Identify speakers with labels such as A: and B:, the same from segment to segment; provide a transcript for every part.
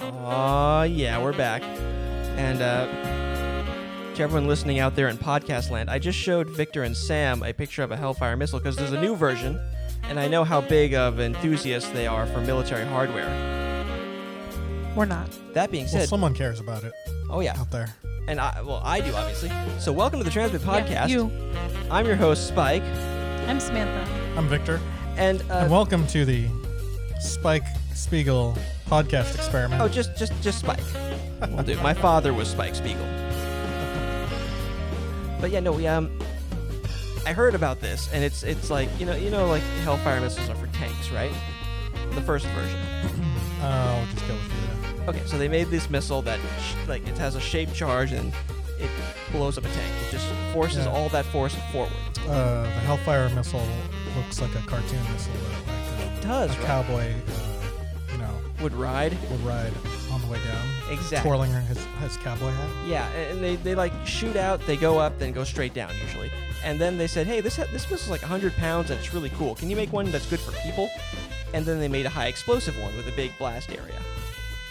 A: Aw, yeah, we're back. And uh, to everyone listening out there in podcast land, I just showed Victor and Sam a picture of a Hellfire missile because there's a new version, and I know how big of enthusiasts they are for military hardware.
B: We're not.
A: That being
C: Well,
A: said,
C: someone cares about it
A: oh yeah,
C: out there.
A: and I well I do obviously. So welcome to the Transmit Podcast.
B: Yeah, you.
A: I'm your host Spike,
B: I'm Samantha.
C: I'm Victor,
A: and, uh,
C: and welcome to the Spike Spiegel podcast experiment.
A: oh just just just Spike. Well, dude, my father was Spike Spiegel. But yeah, no, we um, I heard about this, and it's it's like you know you know like Hellfire missiles are for tanks, right? The first version.
C: Uh, we'll just go with the,
A: Okay, so they made this missile that sh- like it has a shape charge and it blows up a tank. It just forces
C: Yeah.
A: all that force forward.
C: uh, the Hellfire missile looks like a cartoon missile that like, uh,
A: Does
C: a
A: right?
C: cowboy, uh, you know,
A: would ride
C: would ride on the way down,
A: exactly.
C: twirling his, his cowboy hat.
A: Yeah, a- and they, they like shoot out, they go up, then go straight down usually. And then they said, hey, this ha- this missile's like 100 pounds and it's really cool. Can you make one that's good for people? And then they made a high explosive one with a big blast area.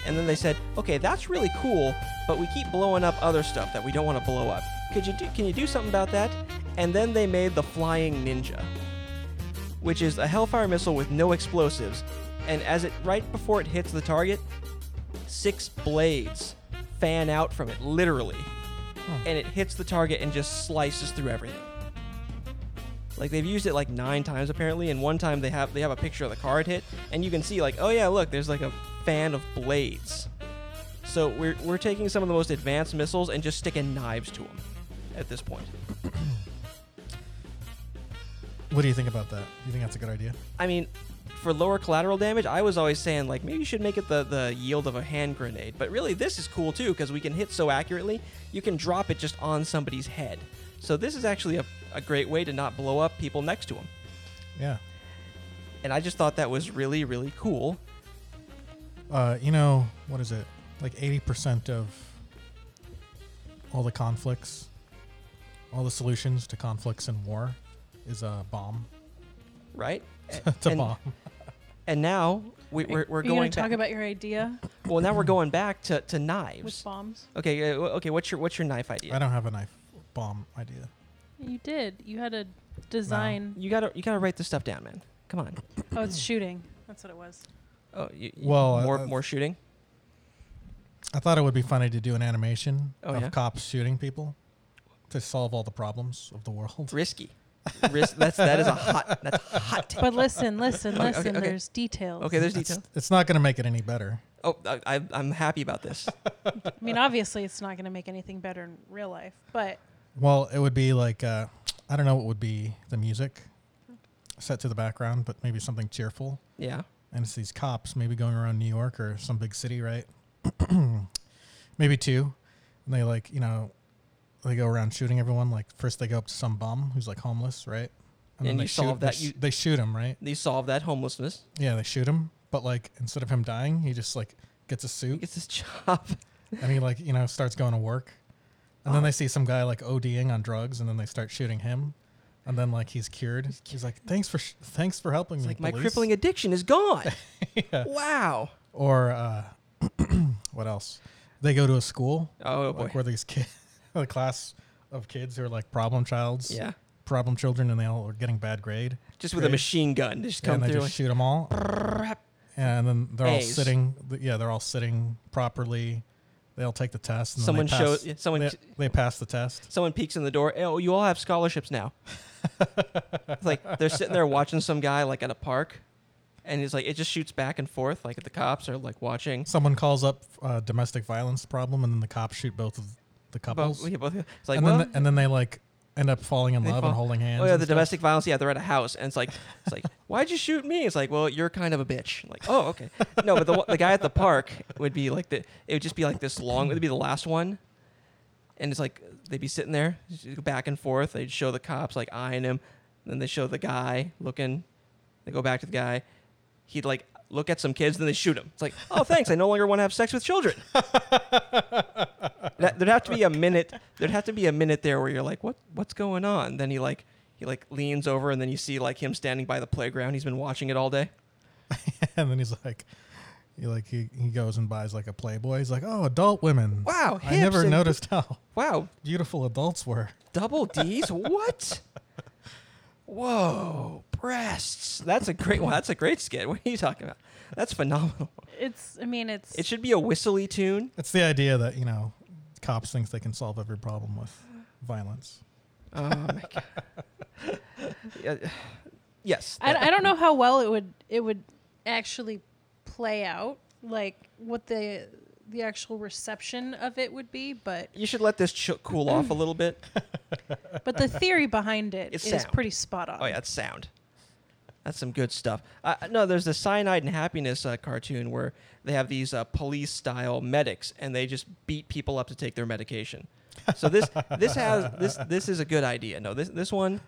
A: And then they said, okay, that's really cool, but we keep blowing up other stuff that we don't want to blow up. Could you do, can you do something about that? And then they made the flying ninja, which is a Hellfire missile with no explosives, and as it right before it hits the target, six blades fan out from it, literally. And it hits the target and just slices through everything. Like they've used it like nine times apparently, and one time they have they have a picture of the car it hit, and you can see like, oh yeah, look, there's like a fan of blades. So we're we're taking some of the most advanced missiles and just sticking knives to them at this point.
C: What do you think about that? You think that's a good idea?
A: I mean, for lower collateral damage, I was always saying like maybe you should make it the the yield of a hand grenade. But really, this is cool too because we can hit so accurately, you can drop it just on somebody's head. So this is actually a, a great way to not blow up people next to them.
C: Yeah.
A: And I just thought that was really really cool.
C: uh, you know, what is it? Like 80% of all the conflicts, all the solutions to conflicts and war is a bomb.
A: Right? A-
C: it's a
A: and,
C: bomb.
A: and now we, we're, we're
B: Are you gonna
A: going
B: talk
A: back.
B: about your idea
A: well, now we're going back to, to
B: with
A: knives.
B: bombs?
A: Okay, uh, w- okay. What's your what's your knife idea?
C: I don't have a knife bomb idea.
B: You did. You had a design.
A: You gotta you gotta write this stuff down, man. Come on.
B: Oh, it's shooting. That's what it was.
A: Oh, you, you-
C: Well,
A: more
C: uh,
A: more shooting.
C: I thought it would be funny to do an animation
A: Oh,
C: of
A: yeah?
C: cops shooting people to solve all the problems of the world.
A: risky. Risk, that's that is a hot that's a hot take.
B: Uh, But listen, listen,
A: Okay, okay,
B: listen.
A: okay.
B: There's details.
A: Okay, there's
C: It's,
A: detail.
C: it's not going to make it any better.
A: Oh, I, I, I'm happy about this.
B: I mean, obviously, it's not gonna make anything better in real life, but
C: Well, it would be like, uh, I don't know what would be the music set to the background, but maybe something cheerful.
A: Yeah.
C: and it's these cops maybe going around New York or some big city, right? maybe two, and they like you know, they go around shooting everyone. Like first they go up to some bum who's like homeless, right?
A: And
C: they
A: you
C: shoot,
A: solve
C: they
A: that,
C: sh-
A: you-
C: they shoot him, right?
A: They solve that homelessness.
C: Yeah, they shoot him, but like instead of him dying, he just like gets a
A: He
C: suit
A: gets his job.
C: and he like you know starts going to work, and
A: Oh.
C: then they see some guy like ODing on drugs, and then they start shooting him. And then, like he's cured. He's, like, "Thanks for, sh- thanks for helping
A: It's
C: me."
A: like my
C: police."
A: crippling addiction is gone.
C: Yeah.
A: Wow.
C: or uh, what else? They go to a school
A: Oh boy.
C: like where these kids, a class of kids who are like problem childs,
A: Yeah.
C: problem children, and they all are getting bad grade.
A: Just with a
C: Right.
A: machine gun, just come
C: and they
A: through.
C: just shoot them all,
A: like,
C: and then they're all
A: A's.
C: sitting. th- Yeah, they're all sitting properly. They all take the test. And then
A: Someone
C: they
A: show-
C: pass,
A: yeah, someone
C: They,
A: t-
C: they pass the test.
A: Someone peeks in the door. Oh, you all have scholarships now. it's like they're sitting there watching some guy like at a park, and it's like it just shoots back and forth. Like the cops are like watching.
C: Someone calls up uh, domestic violence problem, and then the cops shoot both of the couples.
A: Both- yeah, both- It's like
C: and
A: well,
C: then the- and then they like end up falling in
A: They
C: love
A: fall-
C: and holding hands.
A: Oh yeah,
C: and
A: the
C: stuff.
A: domestic violence. Yeah, they're at a house, and it's like, it's like, why'd you shoot me? It's like, well, you're kind of a bitch. I'm like, oh, okay. No, but the, one- the guy at the park would be like the. It would just be like this long. It'd be the last one, and it's like they'd be sitting there, just go back and forth. They'd show the cops like eyeing him, then they show the guy looking. They go back to the guy. He'd like look at some kids, then they shoot him. It's like, oh, thanks. I no longer want to have sex with children. That- there'd have to be a minute. There'd have to be a minute there where you're like, what what's going on? Then he like he like leans over and then you see like him standing by the playground. He's been watching it all day.
C: and then he's like, He like he, he goes and buys like a Playboy. He's like, oh, adult women.
A: Wow,
C: I
A: hips
C: never
A: and-
C: noticed how
A: Wow,
C: beautiful adults were.
A: double D's? what? Whoa, breasts. That's a great one. That's a great skit. What are you talking about? That's phenomenal.
B: It's. I mean, it's.
A: It should be a whistly tune.
C: It's the idea that you know, cops thinks they can solve every problem with violence.
A: Oh my god. Yeah, Yes.
B: I, I don't know how well it would it would actually play out, like what the the actual reception of it would be, but
A: you should let this ch- cool off a little bit.
B: but the theory behind it
A: It's
B: is
A: sound.
B: pretty spot on.
A: Oh yeah, that's sound. That's some good stuff. Uh, no, there's the Cyanide and Happiness uh, cartoon where they have these uh, police-style medics, and they just beat people up to take their medication. So this this has this this is a good idea. No, this this one,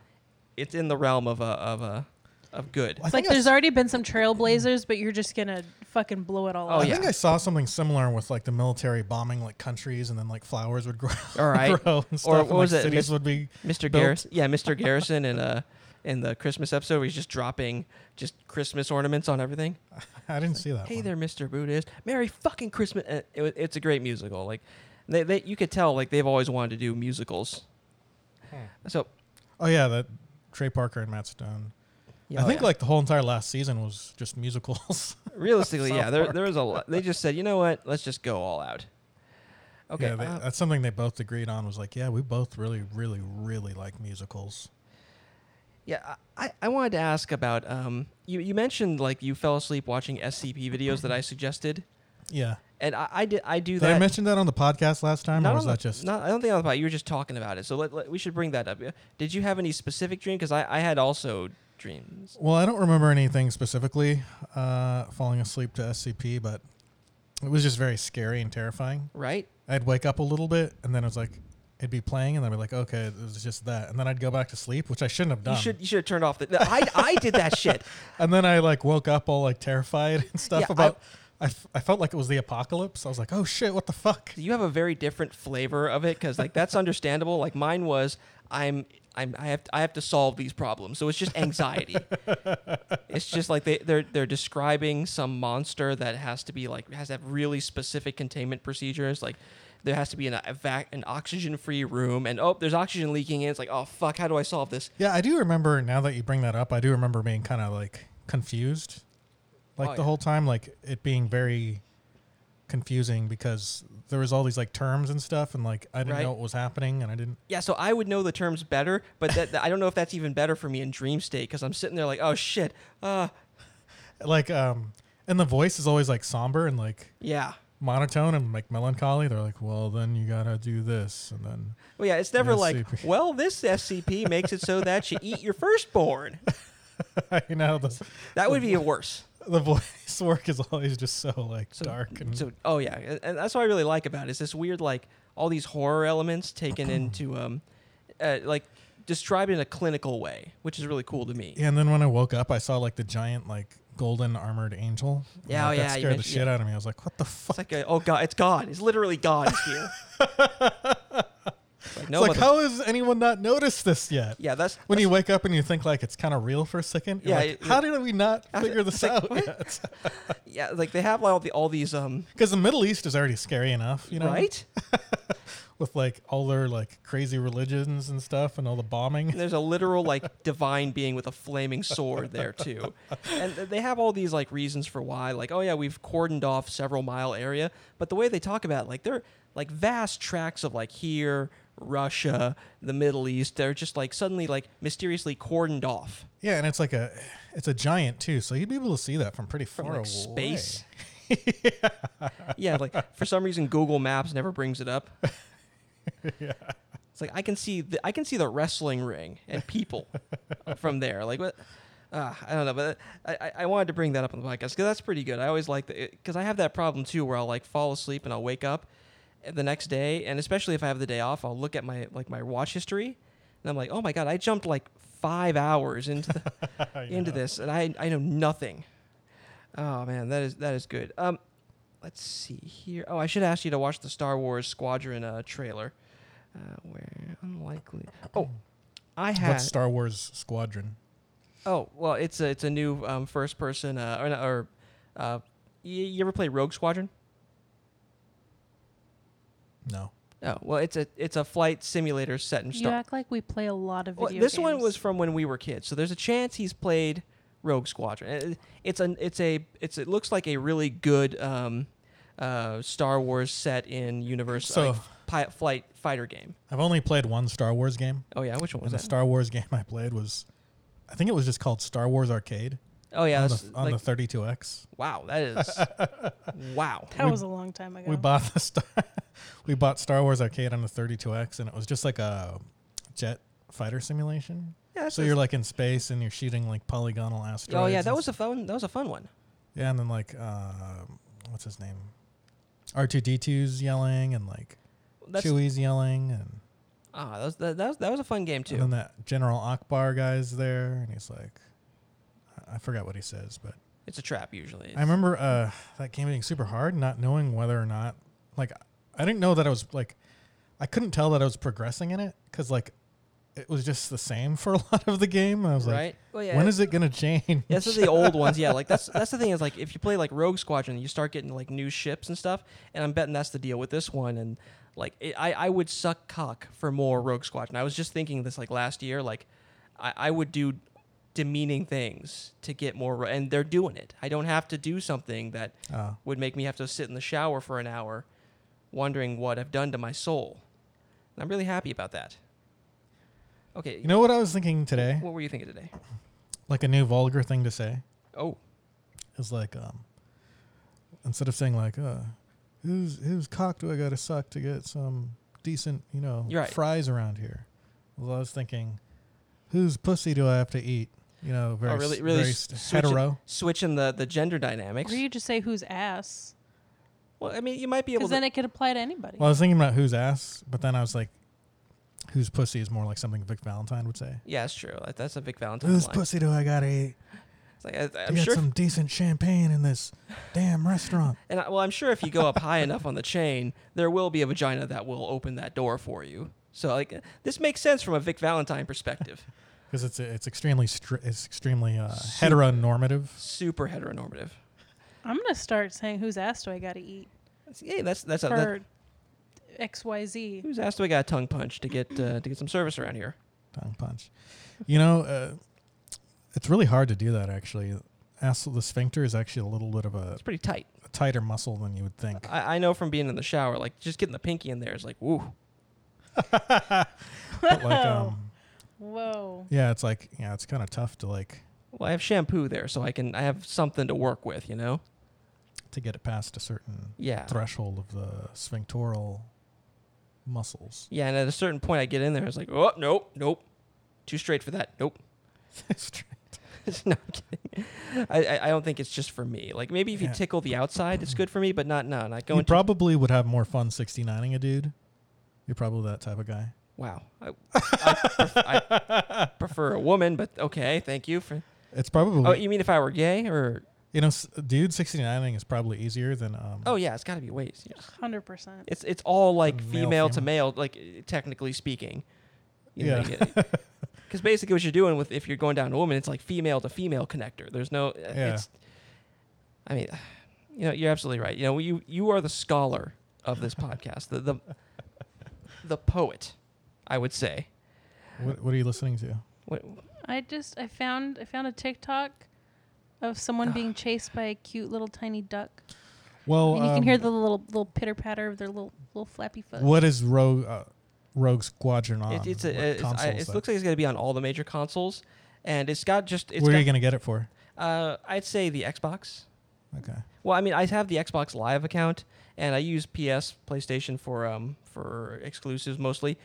A: it's in the realm of a of a of good.
C: I
B: It's like
C: think I
B: there's
C: s-
B: already been some trailblazers, but you're just gonna fucking blow it all
A: Oh,
B: up.
C: I
A: yeah.
C: think I saw something similar with like the military bombing like countries, and then like flowers would grow,
A: All right.
C: grow and stuff,
A: Or
C: and,
A: what
C: like,
A: was it?
C: cities
A: Mis-
C: would be
A: Mr.
C: built.
A: Garrison, yeah, Mr. Garrison, in uh in the Christmas episode, where he's just dropping just Christmas ornaments on everything.
C: I didn't see that.
A: hey
C: one.
A: there, Mr. Buddhist. Merry fucking Christmas. Uh, It, wa- it's a great musical. Like, they, they, you could tell, like, they've always wanted to do musicals.
C: Hmm.
A: So,
C: Oh yeah, that Trey Parker and Matt Stone.
A: yeah,
C: I
A: oh,
C: think
A: yeah.
C: like the whole entire last season was just musicals.
A: realistically,
C: South
A: yeah, there,
C: Park.
A: there was a lot. They just said, you know what? Let's just go all out. Okay.
C: yeah, they,
A: uh,
C: that's something they both agreed on. Was like, yeah, we both really, really, really like musicals.
A: yeah. I, I wanted to ask about um, you, you mentioned, like, you fell asleep watching SCP videos that I suggested.
C: Yeah.
A: And I, I, did, I do
C: Did
A: that.
C: I mention that on the podcast last time,
A: Not
C: or
A: on
C: was
A: the-
C: that just?
A: not- I don't think on the pod. You were just talking about it, so let, let- we should bring that up. Yeah. Did you have any specific dream? Because I, I had also dreams.
C: Well, I don't remember anything specifically uh, falling asleep to SCP, but it was just very scary and terrifying.
A: Right?
C: I'd wake up a little bit, and then it was like it'd be playing, and then I'd be like, okay, it was just that, and then I'd go back to sleep, which I shouldn't have done.
A: You should you should have turned off the. No, I I did that shit.
C: And then I like woke up all like terrified and stuff
A: Yeah, I-
C: about. I, f- I felt like it was the apocalypse. I was like, oh shit, what the fuck?
A: You have a very different flavor of it because like that's understandable. Like mine was I'm I'm I have I have to solve these problems, so it's just anxiety. it's just like they they're they're describing some monster that has to be like has to have really specific containment procedures like. There has to be an a vac, an oxygen free room, and oh, there's oxygen leaking in. It's like, oh fuck, how do I solve this?
C: Yeah, I do remember now that you bring that up. I do remember being kind of like confused, like
A: Oh,
C: the
A: yeah.
C: whole time, like it being very confusing because there was all these like terms and stuff, and like I didn't
A: Right.
C: know what was happening, and I didn't.
A: Yeah, so I would know the terms better, but that, I don't know if that's even better for me in dream state because I'm sitting there like, oh shit, uh,
C: like um and the voice is always like somber and like
A: yeah.
C: monotone and like melancholy they're like well then you gotta do this and then
A: Well, yeah, it's never like,
C: SCP.
A: well, this SCP makes it so that you eat your firstborn.
C: you know the,
A: That would be worse.
C: the voice work is always just so like
A: So,
C: dark and
A: So, oh yeah, and- and that's what I really like about it, is this weird like all these horror elements taken into um, uh, like described in a clinical way, which is really cool to me.
C: yeah, and then when i woke up i saw like the giant like golden armored angel And,
A: Yeah,
C: like,
A: oh,
C: that
A: yeah, you
C: scared the
A: mentioned-
C: shit
A: yeah.
C: out of me i was like what the fuck
A: It's like, uh, oh god, it's God. It's literally God is here. It's like, no,
C: it's
A: mother-
C: like how has anyone not noticed this yet
A: yeah, that's
C: when you wake up and you think like it's kind of real for a second you're
A: Yeah,
C: like,
A: it-
C: how did we not
A: I was-
C: figure this
A: it's like,
C: out
A: what?
C: yet
A: yeah, like they have all the all these um,
C: because the middle east is already scary enough you know
A: right?
C: with like all their like crazy religions and stuff and all the bombing.
A: And there's a literal like divine being with a flaming sword there too, and th- they have all these like reasons for why. Like, oh yeah, we've cordoned off several mile area, but the way they talk about it, like they're like vast tracts of like here, Russia, the Middle East. They're just like suddenly like mysteriously cordoned off
C: Yeah, and it's like a it's a giant too, so you'd be able to see that from pretty far
A: from like
C: away.
A: space. yeah. like for some reason Google Maps never brings it up. It's like I can see the, I can see the wrestling ring and people from there. Like what? Uh, I don't know, but I, I- I wanted to bring that up on the podcast because that's pretty good. I always like that because I have that problem too, where I'll like fall asleep and I'll wake up the next day, and especially if I have the day off, I'll look at my like my watch history, and I'm like, oh my god, I jumped like five hours into the, into this, and I I know nothing. Oh man, that is that is good. Um, let's see here. Oh, I should ask you to watch the Star Wars Squadron uh, trailer. Uh, where unlikely. Oh, I had.
C: What's Star Wars Squadron?
A: oh well, it's a it's a new um, first person uh, or, or uh, You, you ever play Rogue Squadron?
C: No.
A: Oh, well, it's a it's a flight simulator set in
B: You
A: Star.
B: act like we play a lot of video
A: Well, this
B: games.
A: one was from when we were kids, so there's a chance he's played Rogue Squadron. It- It's an it's a it's it looks like a really good um, uh, Star Wars set in universe
C: So-
A: like, pi- flight fighter game.
C: I've only played one Star Wars game.
A: Oh yeah, which one was
C: and
A: that?
C: the Star Wars game I played was, I think it was just called Star Wars Arcade
A: oh yeah,
C: on,
A: that's,
C: the, on
A: like,
C: the 32X.
A: wow, that is wow.
B: That was a long time ago.
C: We bought the Star, we bought Star Wars Arcade on the 32X, and it was just like a jet fighter simulation.
A: Yeah, that's
C: So you're like in space and you're shooting like polygonal asteroids.
A: oh yeah,
C: and
A: that was a fun that was a fun one.
C: Yeah, and then like uh, what's his name? R two D 2s yelling and like
A: That's
C: Chewie's yelling and,
A: ah that was that, that was that was a fun game
C: and then
A: too.
C: that General Akbar guy's there and he's like I- I forgot what he says, but
A: It's a trap usually.
C: I remember uh, that game being super hard, not knowing whether or not like I didn't know that I was like I couldn't tell that I was progressing in it because like it was just the same for a lot of the game. and I was
A: right. well,
C: like, when is it gonna change?
A: Yeah, so the old ones, yeah. Like that's that's the thing is like if you play like Rogue Squadron, you start getting like new ships and stuff, and I'm betting that's the deal with this one. And like it, I I would suck cock for more Rogue Squadron. I was just thinking this like last year, like I, I would do demeaning things to get more, ro- and they're doing it. I don't have to do something that
C: Oh.
A: would make me have to sit in the shower for an hour, wondering what I've done to my soul. And I'm really happy about that. Okay,
C: You know what I was thinking today?
A: what were you thinking today?
C: Like a new vulgar thing to say.
A: Oh,
C: is like um instead of saying like uh who's whose cock do I gotta suck to get some decent, you know,
A: You're right.
C: fries around here. Well, I was thinking, whose pussy do I have to eat? You know, very,
A: oh,
C: s-
A: really, really
C: very
A: s-
C: s-
A: switching-
C: hetero.
A: switching the, the gender dynamics.
B: Or you just say who's ass,
A: Well, I mean, you might be able
B: because
A: to.
B: then it could apply to anybody.
C: Well, I was thinking about whose ass, but then I was like, whose pussy is more like something Vic Valentine would say.
A: yeah, it's true. Like, that's a Vic Valentine
C: Whose
A: line.
C: pussy do I gotta eat?
A: It's like, I,
C: To
A: I'm
C: get
A: sure.
C: some decent champagne in this damn restaurant.
A: and I, well, I'm sure if you go up high enough on the chain, there will be a vagina that will open that door for you. So like, this makes sense from a Vic Valentine perspective.
C: Because it's it's extremely stri- it's extremely uh, heteronormative.
A: Super heteronormative.
B: I'm gonna start saying whose ass do I gotta eat
A: That's, hey, that's that's a, that,
B: for X Y Z.
A: who's asked? Do I got a tongue punch to get uh, to get some service around here?
C: tongue punch. You know, uh, it's really hard to do that. Actually, Ass- the sphincter is actually a little bit of a,
A: It's pretty tight.
C: a tighter muscle than you would think.
A: I, I know from being in the shower, like just getting the pinky in there is like, woo.
C: But like, um,
B: Whoa.
C: yeah, it's like yeah, it's kind of tough to like
A: Well, I have shampoo there, so I can I have something to work with, you know.
C: to get it past a certain
A: Yeah.
C: threshold of the sphinctoral muscles.
A: Yeah, and at a certain point, I get in there. It's like, oh, nope, nope, too straight for that. Nope. no, I'm kidding. I, I, I don't think it's just for me. Like maybe if you
C: Yeah.
A: tickle the outside, it's good for me, but not no, not
C: you
A: going. to
C: probably would have more fun 69ing a dude. You're probably that type of guy.
A: wow. I, I, pref- I prefer a woman, but okay, thank you for.
C: It's probably
A: Oh, you mean if I were gay or?
C: you know, s- dude, 69ing is probably easier than um.
A: Oh yeah, it's got to be ways.
B: Hundred percent.
A: It's it's all like
C: Male,
A: female, to male, like uh, technically speaking.
C: Yeah.
A: Because basically, what you're doing with if you're going down to woman, it's like female to female connector. There's no. Yeah. It's, I mean, you know, you're absolutely right. You know, you you are the scholar of this podcast, the the the poet, I would say.
C: What, what are you listening to?
A: What,
B: I just I found I found a TikTok of someone being chased by a cute little tiny duck,
C: Well,
B: and you can hear
C: um,
B: the little little pitter patter of their little little flappy foot.
C: What is Rogue uh, Rogue Squadron on?
A: it, it's
C: What
A: a, it's, I,
C: console
A: it
C: is that?
A: looks like it's going to be on all the major consoles, and it's got just it's
C: Where are you
A: got,
C: gonna get it for?
A: uh, I'd say the Xbox.
C: Okay.
A: Well, I mean, I have the Xbox Live account, and I use PS, PlayStation for um for exclusives mostly,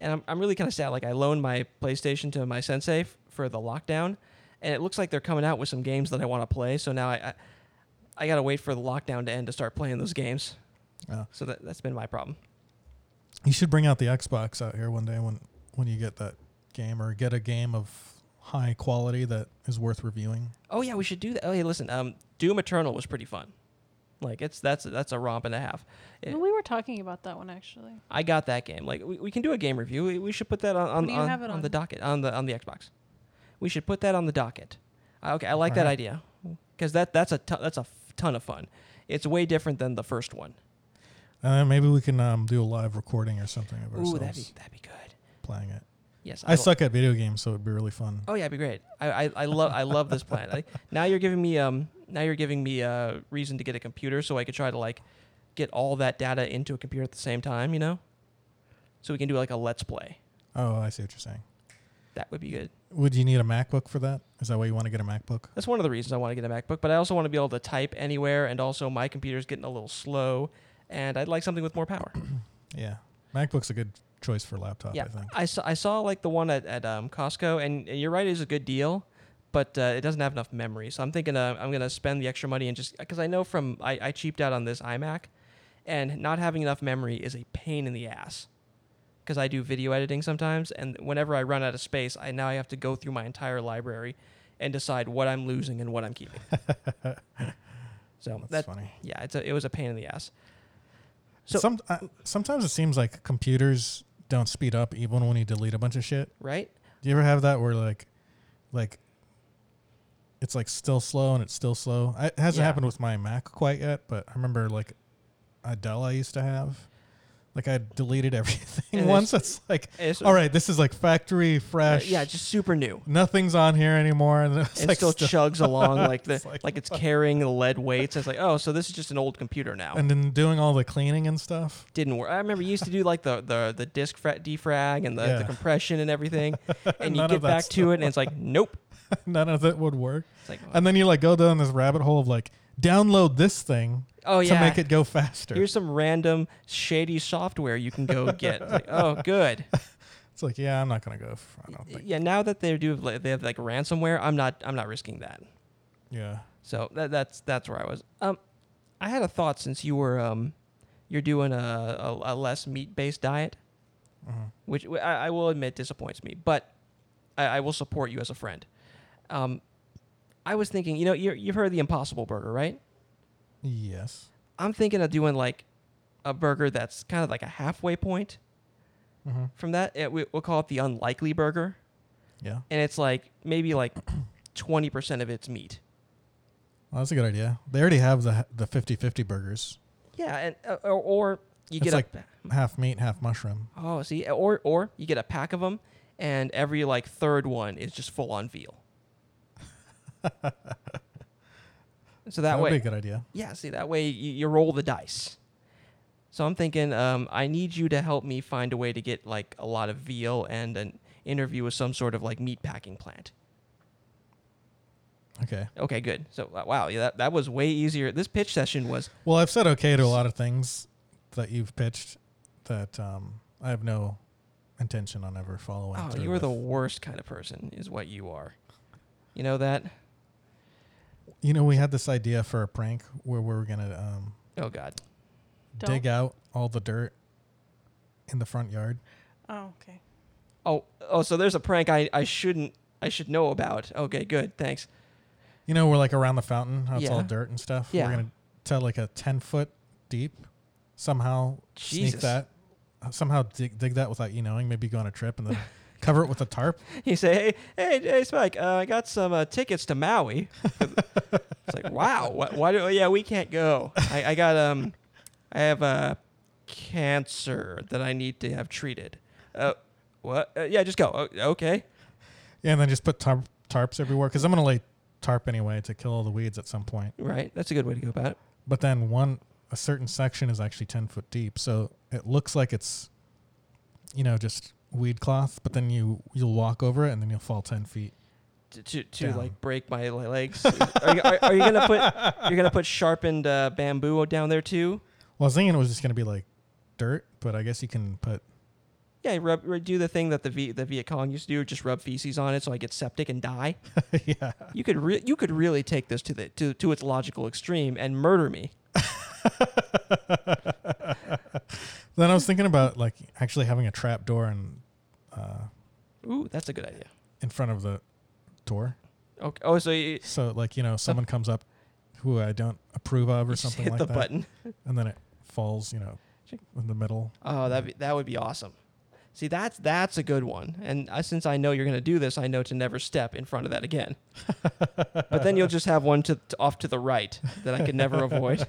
A: and I'm I'm really kind of sad. Like I loaned my PlayStation to my sensei f- for the lockdown, and it looks like they're coming out with some games that I want to play. So now I, I I gotta wait for the lockdown to end to start playing those games.
C: Oh.
A: So that that's been my problem.
C: You should bring out the Xbox out here one day when when you get that game or get a game of high quality that is worth reviewing.
A: Oh yeah, we should do that. Oh hey, listen, um, Doom Eternal was pretty fun. Like it's that's that's a romp and a half. It-
B: we were talking about that one actually.
A: I got that game. Like we, we can do a game review. We, we should put that on
B: What
A: on,
B: do you
A: on,
B: have it
A: on the
B: on?
A: docket on the on the Xbox. We should put that on the docket. Uh, okay, I like that
C: Alright.
A: idea because that that's a t- that's a f- ton of fun. It's way different than the first one.
C: Uh, maybe we can um, do a live recording or something of ourselves
A: Ooh, that'd be that'd be good.
C: playing it.
A: Yes,
C: I
A: lo-
C: suck at video games, so it'd be really fun.
A: Oh yeah, it'd be great. I, I, I love I love this plan. I, now you're giving me um now you're giving me a reason to get a computer so I could try to like get all that data into a computer at the same time. You know, so we can do like a let's play.
C: Oh, I see what you're saying.
A: That would be good.
C: Would you need a MacBook for that? Is that why you want to get a MacBook?
A: That's one of the reasons I want to get a MacBook, but I also want to be able to type anywhere, and also my computer's getting a little slow, and I'd like something with more power.
C: Yeah, MacBook's a good choice for laptop.
A: yeah,
C: I think.
A: I saw, I saw like the one at, at um, Costco, and, and you're right, it is a good deal, but uh, it doesn't have enough memory. So I'm thinking uh, I'm going to spend the extra money and just because I know from I, I cheaped out on this iMac, and not having enough memory is a pain in the ass. Because I do video editing sometimes, and whenever I run out of space, I now I have to go through my entire library and decide what I'm losing and what I'm keeping. so that,
C: That's funny.
A: yeah, it's a, it was a pain in the ass. so-
C: Some, uh, sometimes it seems like computers don't speed up even when you delete a bunch of shit.
A: Right?
C: Do you ever have that where like, like, it's like still slow and it's still slow? I, it hasn't
A: Yeah.
C: happened with my Mac quite yet, but I remember like a Dell I used to have. Like I deleted everything
A: And
C: once. It's like,
A: It's-
C: all right, this is like factory
A: uh,
C: fresh.
A: yeah, just super new.
C: nothing's on here anymore. And it's
A: It
C: like
A: still,
C: still-
A: chugs along like the
C: It's
A: like,
C: like,
A: it's carrying the lead weights. It's like, oh, so this is just an old computer now.
C: and then doing all the cleaning and stuff.
A: Didn't work. I remember you used to do like the the the disk fra- defrag and the, the
C: Yeah.
A: compression and everything, and you
C: None
A: get
C: of that
A: back to it and it's like, nope.
C: None of it would work.
A: It's like,
C: And then you like go down this rabbit hole of like download this thing
A: oh
C: to
A: yeah,
C: make it go faster.
A: here's some random shady software you can go get. It's like, oh, good.
C: it's like yeah, I'm not gonna go. For, I don't think.
A: Yeah, now that they do like, they have like ransomware, I'm not I'm not risking that.
C: Yeah.
A: So that, that's that's where I was. Um, I had a thought since you were um, you're doing a a, a less meat based diet,
C: mm-hmm.
A: which w- I, I will admit disappoints me, but I, I will support you as a friend. Um, I was thinking, you know, you you've heard of the Impossible Burger, right?
C: Yes.
A: I'm thinking of doing like a burger that's kind of like a halfway point
C: Mhm.
A: from that. It, we, we'll call it the Unlikely Burger,
C: Yeah.
A: and it's like maybe like twenty percent of it's meat.
C: Well, that's a good idea. They already have the the 50-50 burgers,
A: Yeah, and uh, or, or you
C: It's
A: get
C: like-
A: a
C: half meat, half mushroom.
A: Oh, see, or or you get a pack of them, and every like third one is just full on veal. so that,
C: That, would
A: way,
C: be a good idea.
A: yeah, see, that way you, you roll the dice. So I'm thinking, um, I need you to help me find a way to get like a lot of veal and an interview with some sort of like meat packing plant.
C: Okay.
A: Okay, good. So uh, wow, yeah, that, that was way easier. This pitch session was
C: Well, I've said okay to a lot of things that you've pitched that um, I have no intention on ever following.
A: Oh,
C: through
A: you are the
C: with.
A: worst kind of person, is what you are. You know that?
C: You know, we had this idea for a prank where we were gonna um,
A: Oh God.
B: Don't.
C: dig out all the dirt in the front yard.
B: Oh, okay.
A: Oh, oh, so there's a prank I, I shouldn't I should know about. Okay, good, thanks.
C: You know, we're like around the fountain, how it's all
A: Yeah.
C: dirt and stuff.
A: Yeah.
C: We're gonna tell like a ten foot deep. Somehow
A: Jesus.
C: sneak that. uh, Somehow dig, dig that without you knowing. Maybe go on a trip and then cover it with a tarp.
A: He say, hey, hey, hey, Spike, uh, I got some uh, tickets to Maui. it's like, wow, why, why do? Yeah, we can't go. I, I got um, I have uh, cancer that I need to have treated. Uh, what? Uh, yeah, just go. O- okay.
C: Yeah, and then just put tarp, tarps everywhere because I'm gonna lay tarp anyway to kill all the weeds at some point.
A: Right. That's a good way to go about it.
C: But then one a certain section is actually ten foot deep, so it looks like it's, you know, just weed cloth. But then you you'll walk over it and then you'll fall ten feet.
A: To, to, to
C: Down.
A: like break my le- legs. are, you, are, are you gonna put you're gonna put sharpened uh, bamboo down there too?
C: Well, I was thinking it was just gonna be like dirt, but I guess you can put
A: Yeah, rub, rub- do the thing that the v, the Viet Cong used to do, just rub feces on it so I get septic and die.
C: yeah.
A: You could re- you could really take this to the to, to its logical extreme and murder me.
C: Then I was thinking about like actually having a trap door in uh,
A: Ooh, that's a good idea.
C: in front of the door,
A: Okay. Oh, so you
C: so like you know someone comes up who I don't approve of or
A: just
C: something
A: hit
C: like
A: the
C: that,
A: button.
C: and then it falls, you know, in the middle.
A: Oh, that that would be awesome. See, that's that's a good one. And uh, since I know you're going to do this, I know to never step in front of that again. but then you'll just have one to, to off to the right that I can never avoid.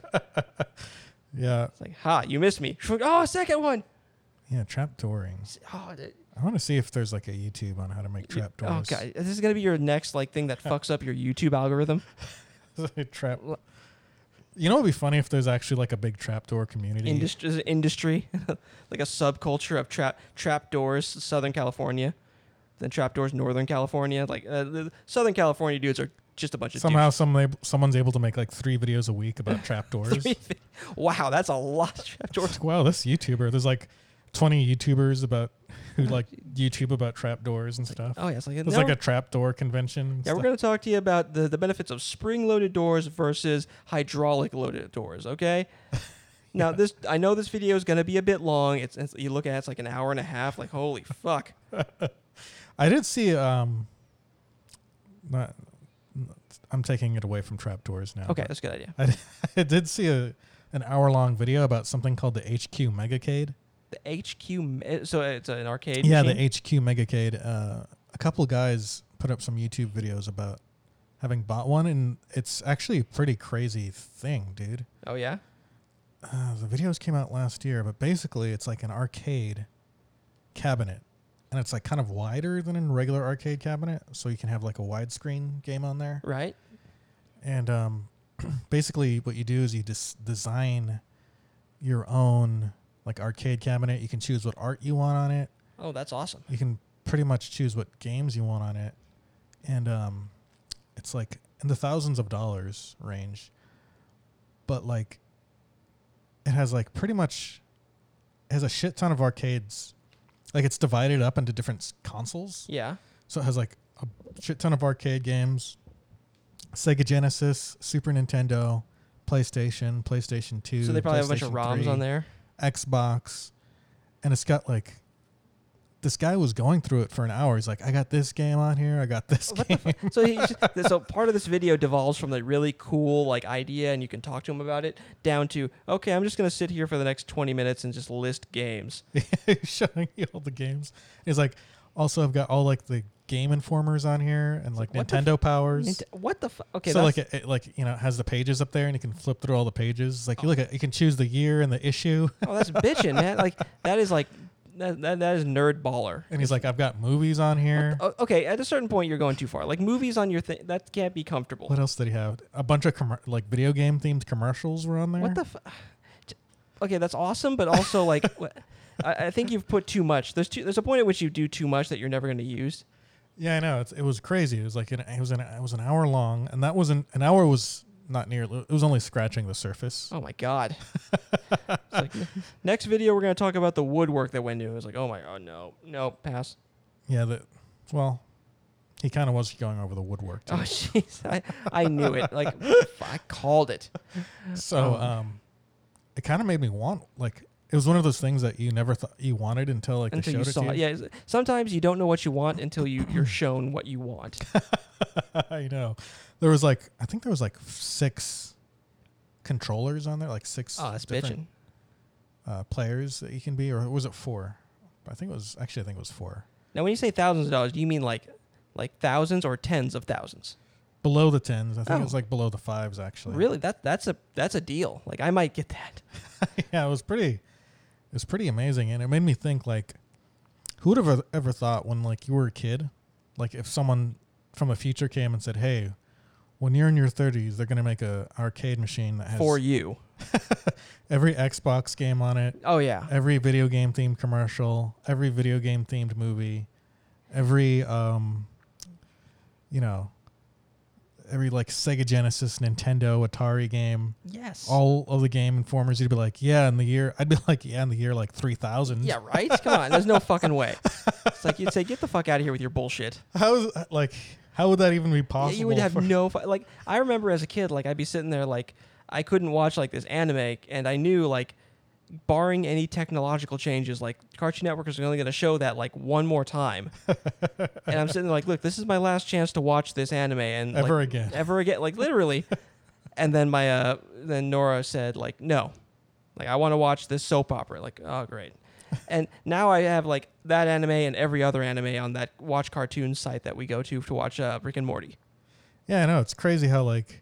C: Yeah.
A: It's like, ha, you missed me. Oh, second one.
C: Yeah. Trapdooring.
A: Oh, d-
C: I want to see if there's like a YouTube on how to make
A: oh
C: trapdoors.
A: god, this is gonna be your next like thing that fucks up your YouTube algorithm.
C: Trap. You know, it'd be funny if there's actually like a big trapdoor community.
A: Industry, is it industry, like a subculture of trap trap doors, Southern California, then trap doors, Northern California. Like uh, the Southern California dudes are just a bunch of
C: Somehow, some lab- someone's able to make like three videos a week about trapdoors.
A: douches. wow, that's a lot of trap doors.
C: It's like, wow, this YouTuber. There's like 20 YouTubers about who like YouTube about trapdoors and stuff.
A: Oh yeah, it's Uh-huh. like,
C: There's
A: now
C: like a trapdoor convention. and
A: Yeah, we're
C: stuff.
A: going to talk to you about the, the benefits of spring loaded doors versus hydraulic loaded doors, okay? Now this I know this video is going to be a bit long. It's, it's you look at it, it's like an hour and a half like holy fuck.
C: I did see. Um, not, I'm taking it away from trapdoors now.
A: Okay,
C: but
A: that's a good idea.
C: I, I did see a an hour long video about something called the HQ Megacade.
A: The HQ me- eh, so it's an arcade
C: yeah,
A: machine?
C: the HQ Megacade. Uh, a couple guys put up some YouTube videos about having bought one, and it's actually a pretty crazy thing, dude.
A: Oh yeah.
C: uh, the videos came out last year, but basically it's like an arcade cabinet, and it's like kind of wider than a regular arcade cabinet, so you can have like a widescreen game on there.
A: Right?
C: And um, basically, what you do is you dis- design your own like arcade cabinet. You can choose what art you want on it.
A: Oh, that's awesome.
C: You can pretty much choose what games you want on it, and um, it's like in the thousands of dollars range. But like, it has like pretty much it has a shit ton of arcades. Like it's divided up into different s- consoles.
A: Yeah.
C: So it has like a shit ton of arcade games Sega Genesis, Super Nintendo, PlayStation, PlayStation 2.
A: So they probably have a bunch of
C: PlayStation
A: ROMs
C: 3,
A: on there.
C: Xbox. And it's got like. This guy was going through it for an hour. He's like, I got this game on here. I got this
A: What the
C: game.
A: So he so part of this video devolves from the really cool like idea and you can talk to him about it down to okay, I'm just going to sit here for the next 20 minutes and just list games.
C: He's showing you all the games. He's like, also, I've got all like the Game Informers on here and like
A: what the
C: Nintendo Powers.
A: Int- What the fuck? Okay,
C: so
A: that's-
C: like it, it like you know it has the pages up there and you can flip through all the pages. Like you look at you can choose the year and the issue.
A: Oh, that's bitching, man. Like that is like that that, that is nerd baller.
C: And he's like, I've got movies on here.
A: O- Okay, at a certain point you're going too far. Like movies on your thing that can't be comfortable.
C: What else did he have? A bunch of commer like video game themed commercials were on there.
A: What the? F- okay, that's awesome, but also like, wha- I, I think you've put too much. There's too, there's a point at which you do too much that you're never going to use.
C: yeah, I know. It's, it was crazy. It was like an, it was an it was an hour long, and that wasn't an hour was not near. It was only scratching the surface.
A: Oh my god. It's like, next video we're going to talk about the woodwork that went into. it. It's like, oh my god, no, no, pass.
C: Yeah, that. Well, he kind of was going over the woodwork. Too.
A: Oh jeez, I, I knew it. Like I called it.
C: So
A: Um,
C: um, it kind of made me want like it was one of those things that you never thought you wanted until like they
A: until
C: showed
A: you
C: it
A: saw
C: to
A: it.
C: you.
A: Yeah, it's- sometimes you don't know what you want until you you're shown what you want.
C: I know. There was like I think there was like six controllers on there, like six
A: Oh, that's
C: different,
A: bitching.
C: uh, players that you can be, or was it four? I think it was actually I think it was four.
A: Now, when you say thousands of dollars, do you mean like like thousands or tens of thousands?
C: Below the tens, I think
A: Oh.
C: it was like below the fives actually.
A: Really? That that's a that's a deal. Like I might get that.
C: yeah, it was pretty. It was pretty amazing, and it made me think like, who would have ev- ever thought when like you were a kid, like if someone from the future came and said, "Hey, when you're in your 30s, they're gonna make a arcade machine that has
A: for you.
C: every Xbox game on it,
A: Oh yeah.
C: every video game themed commercial, every video game themed movie, every um, you know, every like Sega Genesis, Nintendo, Atari game."
A: Yes.
C: all of the game informers you'd be like yeah in the year i'd be like yeah in the year like 3000
A: yeah. Right. Come on. There's no fucking way. It's like you'd say, get the fuck out of here with your bullshit.
C: how is like how would that even be
A: Yeah,
C: possible
A: you would have
C: for-
A: no fu- like. I remember as a kid, like I'd be sitting there, like I couldn't watch like this anime, and I knew like, barring any technological changes, like Cartoon Network is only going to show that like one more time. and I'm sitting there like, look, this is my last chance to watch this anime, and like,
C: ever again
A: ever again, like literally. and then my uh, then Nora said like, no, like I want to watch this soap opera. Like, oh great. and now I have like that anime and every other anime on that watch cartoons site that we go to to watch uh, Rick and Morty.
C: Yeah, I know. It's crazy how like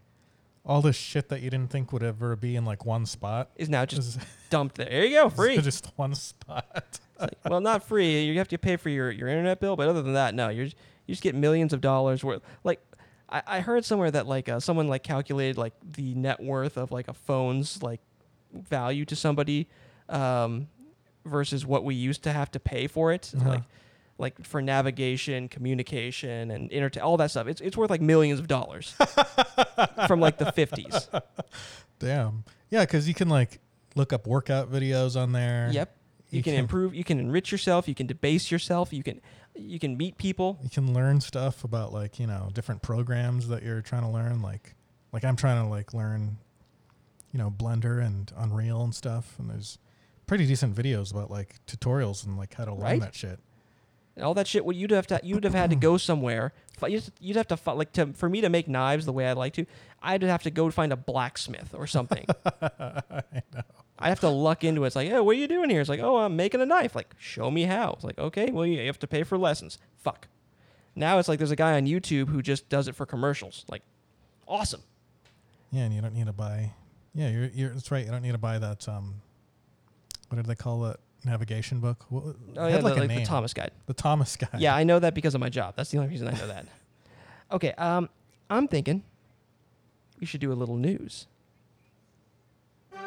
C: all this shit that you didn't think would ever be in like one spot
A: Is now just
C: is
A: dumped there. There you go, free. It's
C: just one spot.
A: like, well, not free. You have to pay for your, your internet bill, but other than that, no. You're you just get millions of dollars worth. Like I, I heard somewhere that like uh, someone like calculated like the net worth of like a phone's like value to somebody um, versus what we used to have to pay for it.
C: Uh-huh.
A: Like like for navigation, communication, and internet, all that stuff. It's, it's worth like millions of dollars from like the 50s.
C: Damn. Yeah, because you can like look up workout videos on there.
A: Yep. You,
C: You
A: can,
C: can-
A: improve. You can enrich yourself. You can debase yourself. You can you can meet people.
C: You can learn stuff about like you know different programs that you're trying to learn. Like, like I'm trying to like learn, you know, Blender and Unreal and stuff. And there's pretty decent videos about like tutorials and like how to learn
A: Right?
C: that shit.
A: And all that shit. Well, you'd have to you'd have had to go somewhere. Fi- You'd you'd have to fi- like to for me to make knives the way I'd like to. I'd have to go find a blacksmith or something. I have to luck into it. It's like, hey, what are you doing here? It's like, oh, I'm making a knife. Like, show me how. It's like, okay, well, you have to pay for lessons. Fuck. Now it's like there's a guy on YouTube who just does it for commercials. Like, awesome.
C: Yeah, and you don't need to buy. Yeah, you're, you're that's right. You don't need to buy that. Um, what did they call that navigation book? What, wa- it
A: Oh, yeah,
C: had,
A: the,
C: like, a
A: like the
C: name.
A: Thomas guide.
C: The Thomas guy.
A: Yeah, I know that because of my job. That's the only reason I know that. okay, um, I'm thinking we should do a little news. Oh.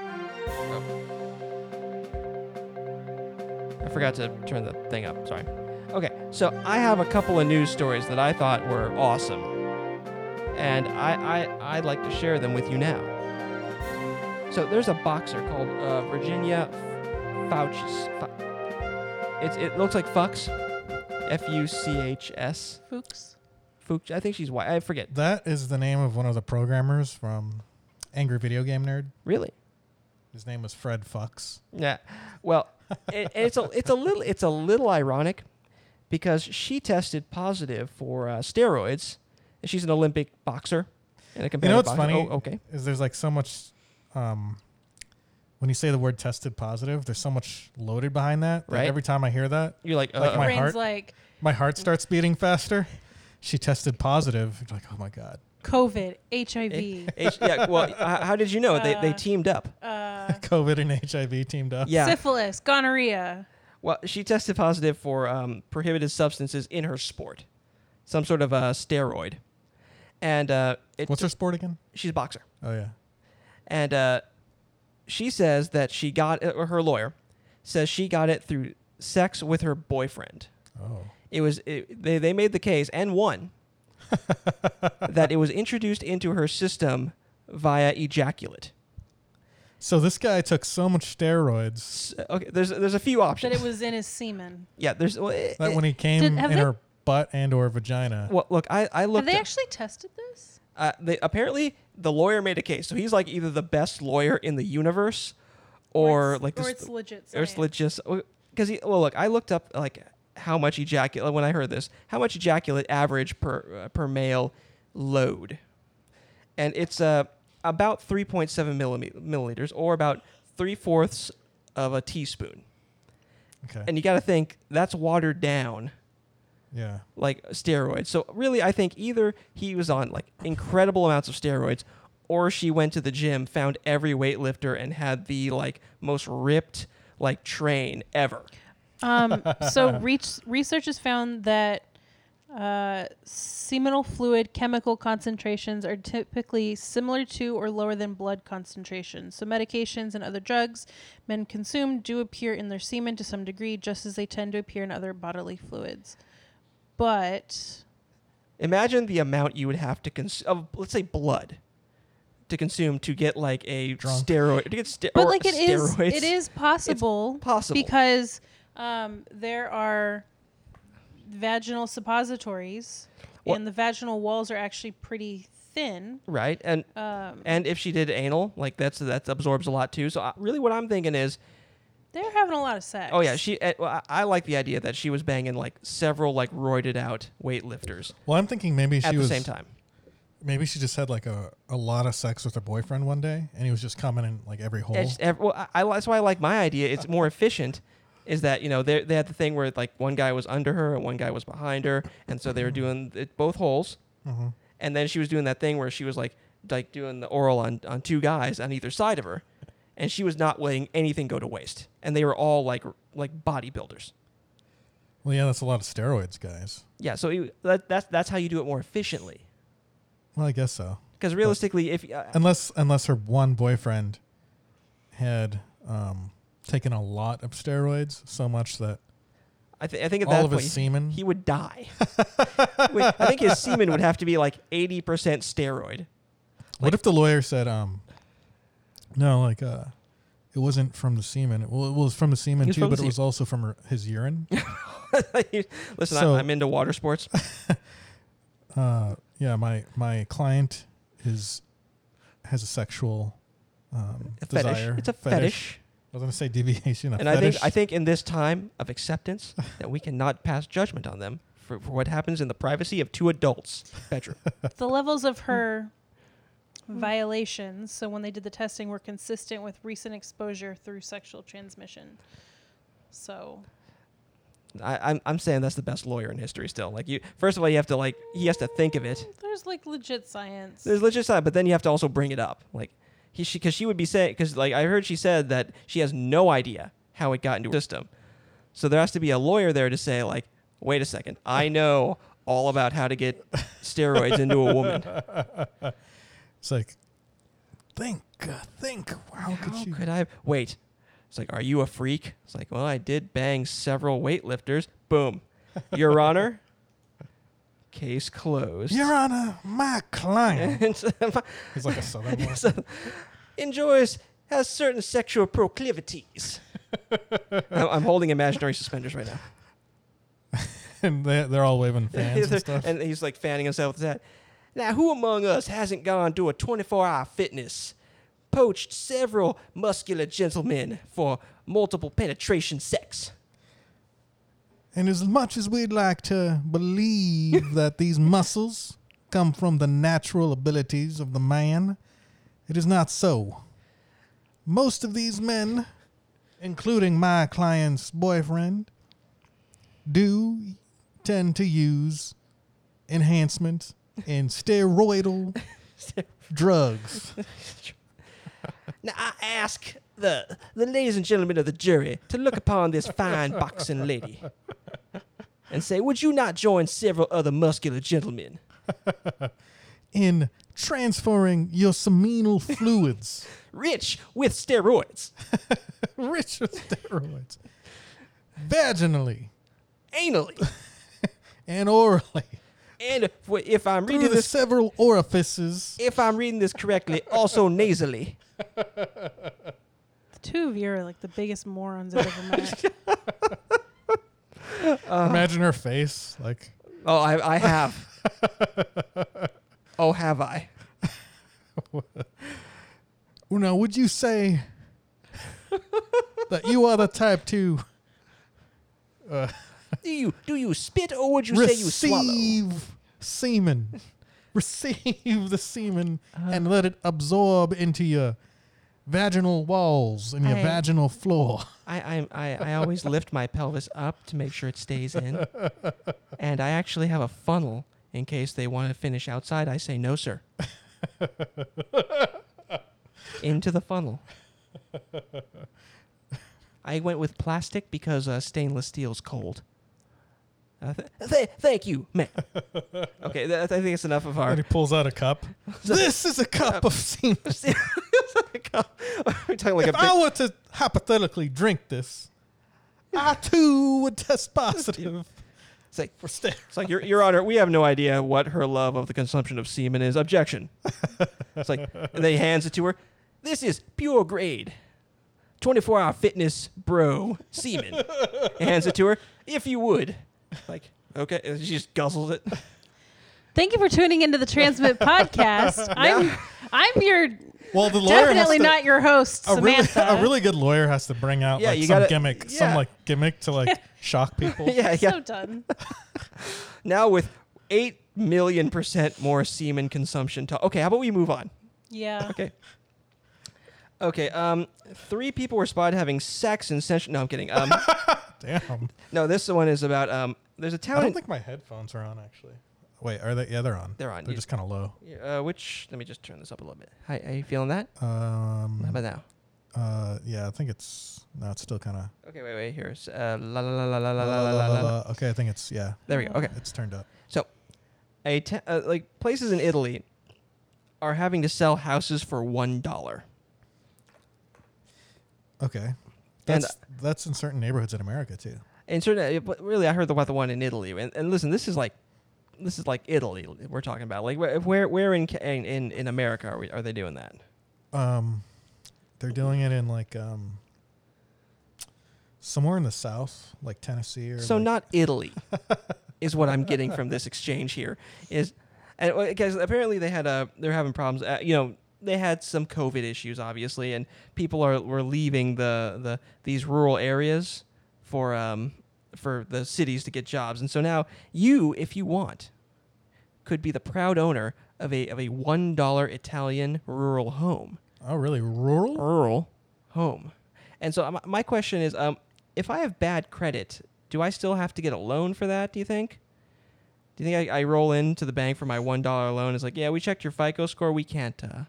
A: I forgot to turn the thing up. Sorry. Okay, so I have a couple of news stories that I thought were awesome, and I, I I'd like to share them with you now. So there's a boxer called uh, Virginia Fauci's. Fau- it's, it looks like Fox, F U C H S.
B: Fuchs.
A: Fuch. I think she's white. I forget.
C: That is the name of one of the programmers from Angry Video Game Nerd.
A: Really?
C: His name was Fred Fox.
A: Yeah. Well, it, it's a it's a little it's a little ironic because she tested positive for uh, steroids. And she's an Olympic boxer and a
C: You know
A: competitive
C: what's
A: boxer.
C: funny?
A: Oh, okay.
C: Is there's like so much, um, when you say the word tested positive, there's so much loaded behind that. that
A: Right.
C: Every time I hear that,
A: You're like,
C: Like
A: uh,
C: My
B: Brain's
C: heart-
B: like
C: my heart starts beating faster. She tested positive. Like, oh my god.
B: COVID, HIV.
A: H- yeah. Well, h- how did you know they they
B: Uh,
A: teamed up?
B: uh,
C: COVID and HIV teamed up.
A: Eh. Yeah.
B: syphilis, gonorrhea.
A: Well, she tested positive for um, prohibited substances in her sport, some sort of a uh, steroid, and uh, it
C: What's her sport again?
A: she's a boxer.
C: Oh yeah.
A: and uh, she says that she got or her lawyer says she got it through sex with her boyfriend.
C: Oh.
A: It was it, they they made the case and won that it was introduced into her system via ejaculate.
C: So this guy took so much steroids
A: S- okay, there's there's a few
B: That
A: options.
B: it was in his semen.
A: yeah, there's well, it-
C: that
A: it-
C: when he came
B: Did-
C: in
B: have they-
C: her butt and or vagina.
A: well, look, I I
B: Have
A: looked.
B: they
A: up-
B: actually tested this?
A: uh, they, apparently, the lawyer made a case, so he's like either the best lawyer in the universe, or,
B: it's-
A: like this
B: or it's legit.
A: or
B: science.
A: it's legit because oh, well look i looked up like how much ejaculate when i heard this how much ejaculate average per uh, per male load and it's uh, about 3.7 millime- milliliters or about three fourths of a teaspoon
C: Okay.
A: and you got to think that's watered down
C: yeah.
A: like steroids so really i think either he was on like incredible amounts of steroids or she went to the gym found every weightlifter and had the like most ripped like train ever
B: Um, so reach, research has found that uh, seminal fluid chemical concentrations are typically similar to or lower than blood concentrations. So medications and other drugs men consume do appear in their semen to some degree, just as they tend to appear in other bodily fluids. But
A: Imagine the amount you would have to consume of let's say blood to consume to get like a
C: Drunk.
A: steroid to get ste-
B: but
A: or
B: like it is,
A: steroids.
B: it is possible,
A: possible.
B: because um, there are vaginal suppositories,
A: Well-
B: and the vaginal walls are actually pretty thin.
A: right and
B: Um,
A: and if she did anal like that's that absorbs a lot too. So I, really what I'm thinking is
B: they're having a lot of sex.
A: oh yeah she eh, well, I, I like the idea that she was banging like several like roided out weightlifters
C: Well, I'm thinking maybe she
A: at the
C: was
A: same time.
C: maybe she just had like a, a lot of sex with her boyfriend one day and he was just coming in like every hole.
A: It's ev- well I, I, that's why I like my idea. It's more efficient. is that you know they they had the thing where like one guy was under her and one guy was behind her, and so they were doing it both holes,
C: Mhm.
A: and then she was doing that thing where she was like like doing the oral on on two guys on either side of her, and she was not letting anything go to waste, and they were all like like bodybuilders.
C: Well, yeah, that's a lot of steroids, guys.
A: Yeah, so you, that, that's that's how you do it more efficiently.
C: Well, I guess so.
A: Because realistically, if uh,
C: Unless unless her one boyfriend had um, taken a lot of steroids, so much that
A: I, th- I think at
C: all
A: that
C: of
A: point
C: his semen.
A: he would die. Wait, I think his semen would have to be like eighty percent steroid.
C: what if the lawyer said, um, "No, like uh, it wasn't from the semen. Well, it was from the
A: It
C: semen
A: was
C: too,
A: from
C: but
A: the
C: it was also from her, his urine."
A: Listen,
C: So-
A: I, I'm into water sports.
C: uh, yeah, my my client is has a sexual um,
A: A fetish.
C: desire.
A: It's a fetish.
C: I was gonna say deviation. A
A: And I
C: fetish.
A: think I think in this time of acceptance that we cannot pass judgment on them for, for what happens in the privacy of two adults' bedroom.
B: the levels of her
A: Hmm.
B: violations, so when they did the testing, were consistent with recent exposure through sexual transmission. So
A: I, I'm I'm saying that's the best lawyer in history. Still, like you, first of all, you have to like he has to think of it.
B: there's like legit science.
A: There's legit side, but then you have to also bring it up. Like he, she, because she would be saying, because like I heard she said that she has no idea how it got into her system. So there has to be a lawyer there to say, like, wait a second, I know all about how to get steroids into a woman.
C: it's like think, uh, think. Wow, could
A: How
C: you?
A: could I? Wait. It's like, are you a freak? It's like, well, I did bang several weightlifters. Boom, Your Honor. Case closed.
C: Your Honor, my client.
A: And so-
C: He's like a southern boy.
A: enjoys has certain sexual proclivities. I'm, I'm holding imaginary suspenders right now,
C: and they, they're all waving fans and stuff.
A: and he's like fanning himself with that. Now, who among us hasn't gone to a 24-hour fitness, poached several muscular gentlemen for multiple penetration sex?
C: And as much as we'd like to believe that these muscles come from the natural abilities of the man, it is not so. Most of these men, including my client's boyfriend, do tend to use enhancement and steroidal drugs.
A: Now, I ask the the ladies and gentlemen of the jury to look upon this fine boxing lady and say, would you not join several other muscular gentlemen?
C: in transferring your seminal fluids,
A: rich with steroids,
C: rich with steroids, vaginally
A: anally,
C: and orally
A: and if, if I'm
C: through
A: reading
C: the
A: this,
C: several orifices.
A: if I'm reading this correctly, also nasally.
B: the two of you are like the biggest morons I've ever met.
C: Imagine her face, like
A: Oh, I, I have. oh, have I?
C: now. Would you say that you are the type to
A: Do you do you spit or would you say you swallow?
C: receive semen, receive the semen,
A: Uh-huh.
C: and let it absorb into your vaginal walls and your
A: I-
C: vaginal floor?
A: I, I I I always lift my pelvis up to make sure it stays in, and I actually have a funnel in case they want to finish outside. I say no, sir. Into the funnel. I went with plastic because uh, stainless steel's cold. Uh, th- th- thank you, ma'am. okay, th- I think it's enough of our
C: And he pulls out a cup. this is a cup of semen.
A: We're talking like a big-
C: if I were to hypothetically drink this, I too would test positive
A: It's like
C: for steroids.
A: It's like, Your, Your Honor, we have no idea what her love of the consumption of semen is. Objection. it's like, and they hands it to her. This is pure grade. 24 hour fitness bro semen. hands it to her. If you would. Like, okay. And she just guzzles it.
B: Thank you for tuning into the Transmit podcast. I'm I'm your
C: Well, the lawyer
B: definitely
C: has to,
B: not your host,
C: a really,
B: Samantha.
C: a really good lawyer has to bring out
A: Yeah,
C: like
A: you
C: some
A: gotta-
C: gimmick, some
A: yeah.
C: like gimmick to like shock people.
A: yeah, yeah.
B: So done.
A: now with 8 million percent more semen consumption. To- okay, how about we move on?
B: Yeah.
A: Okay. Okay, um, three people were spotted having sex in Central. No, I'm kidding. Um,
C: Damn.
A: no, this one is about um. There's a
C: I
A: town.
C: don't
A: in-
C: think my headphones are on actually. Wait, are they? Yeah, they're on.
A: They're on.
C: They're
A: You-
C: just kind of low.
A: uh, which let me just turn this up a little bit. Hi, are you feeling that? How
C: Um.
A: about now?
C: Uh. Yeah, I think it's. No, it's still kind of.
A: Okay, wait, wait. Here's uh, la la la la la la la la la. la.
C: Okay, I think it's yeah.
A: There we go. Okay,
C: It's turned up.
A: so a t- uh, like places in Italy are having to sell houses for one dollar.
C: Okay. That's that's in certain neighborhoods in America too.
A: And certain, uh, but really, I heard about the one in Italy. And, and listen, this is like, this is like Italy we're talking about. Like, where where, where in, Ca- in in in America are we are they doing that?
C: Um, they're doing it in like um. Somewhere in the South, like Tennessee or.
A: So
C: like-
A: not Italy is what I'm getting from this exchange here is, and because apparently they had a they're having problems. Uh, you know they had some COVID issues obviously, and people are were leaving the the these rural areas for um for the cities to get jobs, and so now you if you want could be the proud owner of a of a one dollar Italian rural home
C: Oh, really? Rural?
A: rural home. And so uh, my, my question is, um, if I have bad credit, do I still have to get a loan for that? Do you think? Do you think I, I roll into the bank for my one dollar loan? It's like, yeah, we checked your FICO score. We can't, uh,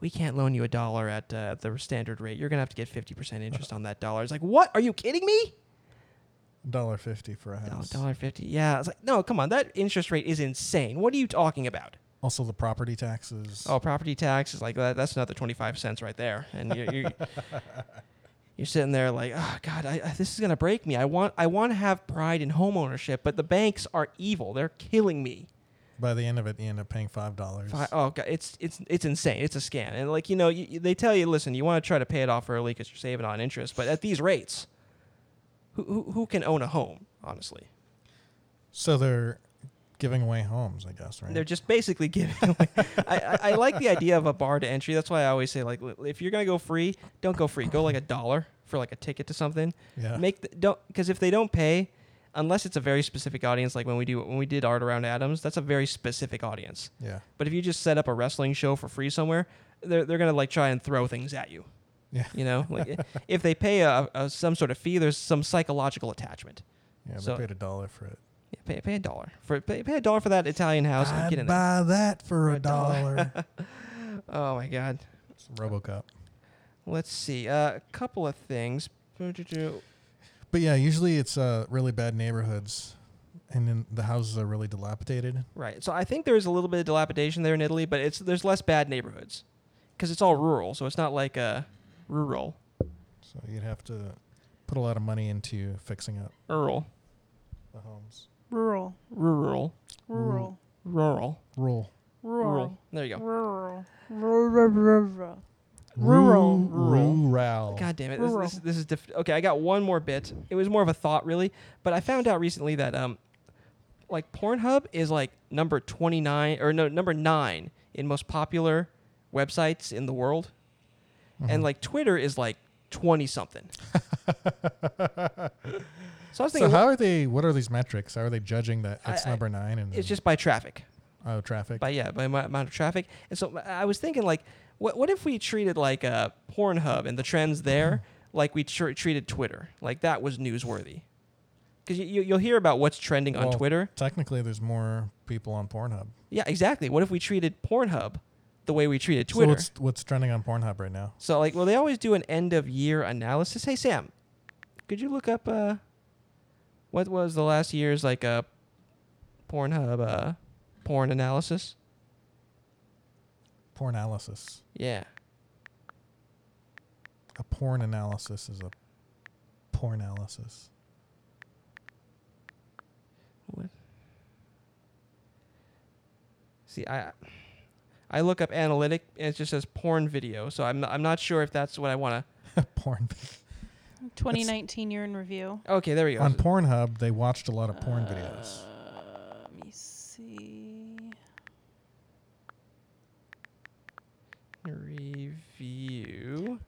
A: we can't loan you a dollar at uh, the standard rate. You're gonna have to get fifty percent interest on that dollar. It's like, what? Are you kidding me?
C: Dollar fifty for a
A: Oh,
C: house.
A: dollar fifty. Yeah. It's like, no, come on. That interest rate is insane. What are you talking about?
C: Also, the property taxes.
A: Oh, property tax is like that. That's another twenty five cents right there, and you're, you're, you're sitting there like, oh God, I, I- this is gonna break me. I want I want to have pride in home ownership, but the banks are evil. They're killing me.
C: By the end of it, you end up paying five dollars.
A: Fi- Oh God, it's it's it's insane. It's a scam, and like you know, you, you- they tell you, listen, you want to try to pay it off early because you're saving on interest, but at these rates, who who, who can own a home? Honestly,
C: So they're giving away homes, I guess, right?
A: They're just basically giving. Away. I, I, I like the idea of a bar to entry. That's why I always say like, li- if you're gonna go free, don't go free. Go like a dollar for like a ticket to something.
C: yeah.
A: Make the, don't because if they don't pay, unless it's a very specific audience, like when we do when we did art around Adams, that's a very specific audience.
C: yeah.
A: But if you just set up a wrestling show for free somewhere, they're they're gonna like try and throw things at you.
C: Yeah.
A: You know, like i- if they pay a, a some sort of fee, there's some psychological attachment.
C: Yeah.
A: so-
C: we paid a dollar for it.
A: Yeah, pay, pay a dollar for pay, pay a dollar for that Italian house and get in
C: I'd
A: there.
C: buy that for
A: For
C: a
A: a dollar.
C: dollar.
A: Oh my god.
C: It's RoboCop.
A: Let's see. Uh, a couple of things. Well,
C: But yeah, usually it's uh, really bad neighborhoods, and then the houses are really dilapidated.
A: Right. So I think there is a little bit of dilapidation there in Italy, but it's there's less bad neighborhoods because it's all rural. So it's not like uh, rural,
C: So you'd have to put a lot of money into fixing up
A: rural,
C: the homes.
B: Rural.
A: rural,
B: Rural.
A: rural,
C: Rural.
A: rural.
B: Rural.
A: There you go.
B: Rural. Rural. Rural.
A: Rural.
C: Rural.
A: God damn it! This,
B: Rural.
A: this, this is diff- okay. I got one more bit. It was more of a thought, really, but I found out recently that um, like Pornhub is like number twenty nine or no number nine in most popular websites in the world. and like Twitter is like twenty something. so I was
C: So
A: thinking,
C: how are they? What are these metrics? How are they judging that
A: I-
C: it's
A: I-
C: number nine and
A: it's
C: then-
A: just by traffic,
C: oh traffic?
A: by yeah, by amou- amount of traffic. And so I was thinking, like, what what if we treated like uh, Pornhub and the trends there like we tr- treated Twitter, like that was newsworthy, because you, you you'll hear about what's trending on
C: Well-
A: Twitter.
C: Technically, there's more people on Pornhub.
A: Yeah, exactly. What if we treated Pornhub the way we treated
C: So
A: Twitter?
C: what's what's trending on Pornhub right now?
A: So like, well, they always do an end of year analysis. Hey Sam, could you look up uh, what was the last year's like uh, Pornhub uh, porn analysis?
C: Porn analysis.
A: Yeah,
C: A porn analysis is a porn analysis.
A: What? See, I I look up analytic and it just says porn video, so I'm I'm not sure if that's what I want
C: porn.
B: 2019 year in review.
A: to. Okay, there we go.
C: On Pornhub, they watched a lot of porn videos.
B: Uh, let me see.
A: Review.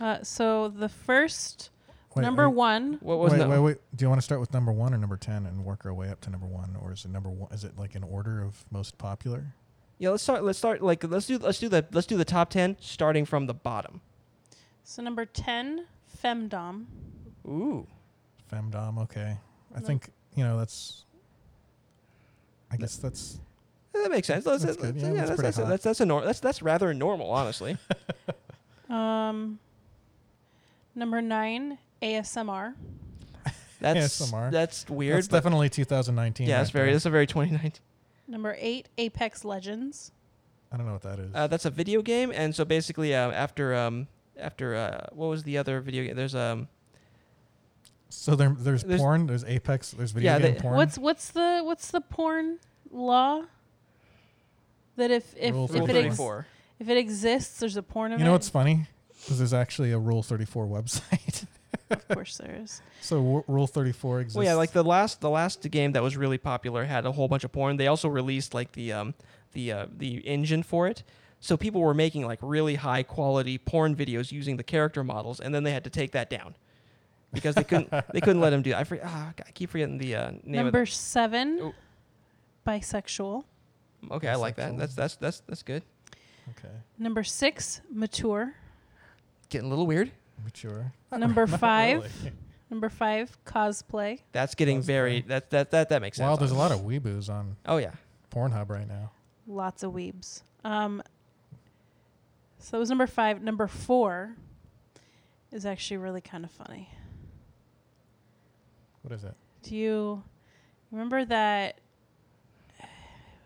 B: Uh, so the first
C: Wait,
B: number
C: are you-
B: one.
A: What was
C: wait,
A: the?
C: wait, wait. Do you want to start with number one or number ten and work our way up to number one, or is it number one? Is it like an order of most popular?
A: Yeah, let's start. Let's start. Like let's do let's do the let's do the top ten starting from the bottom.
B: So number ten, femdom.
A: Ooh,
C: Femdom, okay. I
B: No.
C: think, you know, that's. I guess that's.
A: Yeah, that makes sense. That's,
C: That's
A: that's-
C: good.
A: yeah,
C: Yeah,
A: that's
C: that's
A: that's
C: pretty
A: that's,
C: hot.
A: that's, a nor- that's that's rather normal, honestly.
B: Um, number nine, ASMR.
A: That's
C: ASMR.
A: that's weird.
C: that's
A: but-
C: definitely 2019.
A: yeah,
C: right
A: that's very
C: there.
A: that's a very 2019.
B: Number eight, Apex Legends.
C: I don't know what that is.
A: Uh, that's a video game, and so basically, uh, after um after uh what was the other video game? There's um
C: so there, there's,
A: there's-
C: porn, there's Apex, there's video
A: Yeah,
C: game
A: they-
C: porn.
B: What's what's the what's the porn law? That if if,
C: Rule
B: if
A: Rule
B: it ex-
A: 34.
B: if it exists, there's a porn of
C: you know
B: it.
C: what's funny? Is there's actually a Rule 34 website.
B: of course there is.
C: so w- Rule 34 exists.
A: Well, yeah, like the last the last game that was really popular had a whole bunch of porn. They also released like the um the uh, the engine for it. So people were making like really high quality porn videos using the character models, and then they had to take that down because they couldn't they couldn't let them do. It. I for, ah, I keep forgetting the uh, name
B: Number
A: of
B: seven,
A: Oh.
B: bisexual.
A: the. Okay, I like that.
C: Bisexual.
A: That's that's that's that's good.
C: Okay.
B: Number six, mature.
A: Getting a little weird.
C: Mature.
B: Number
C: Not
B: five.
C: really.
B: Number five, cosplay.
A: That's getting
C: Sounds
A: very
C: fun.
A: that that that that makes sense.
C: Wow, there's a lot
A: honestly.
C: of weeboos on
A: Oh yeah.
C: Pornhub right now.
B: Lots of weebs. Um, so that was number five. Number four is actually really kind of funny.
C: What is it?
B: Do you remember that?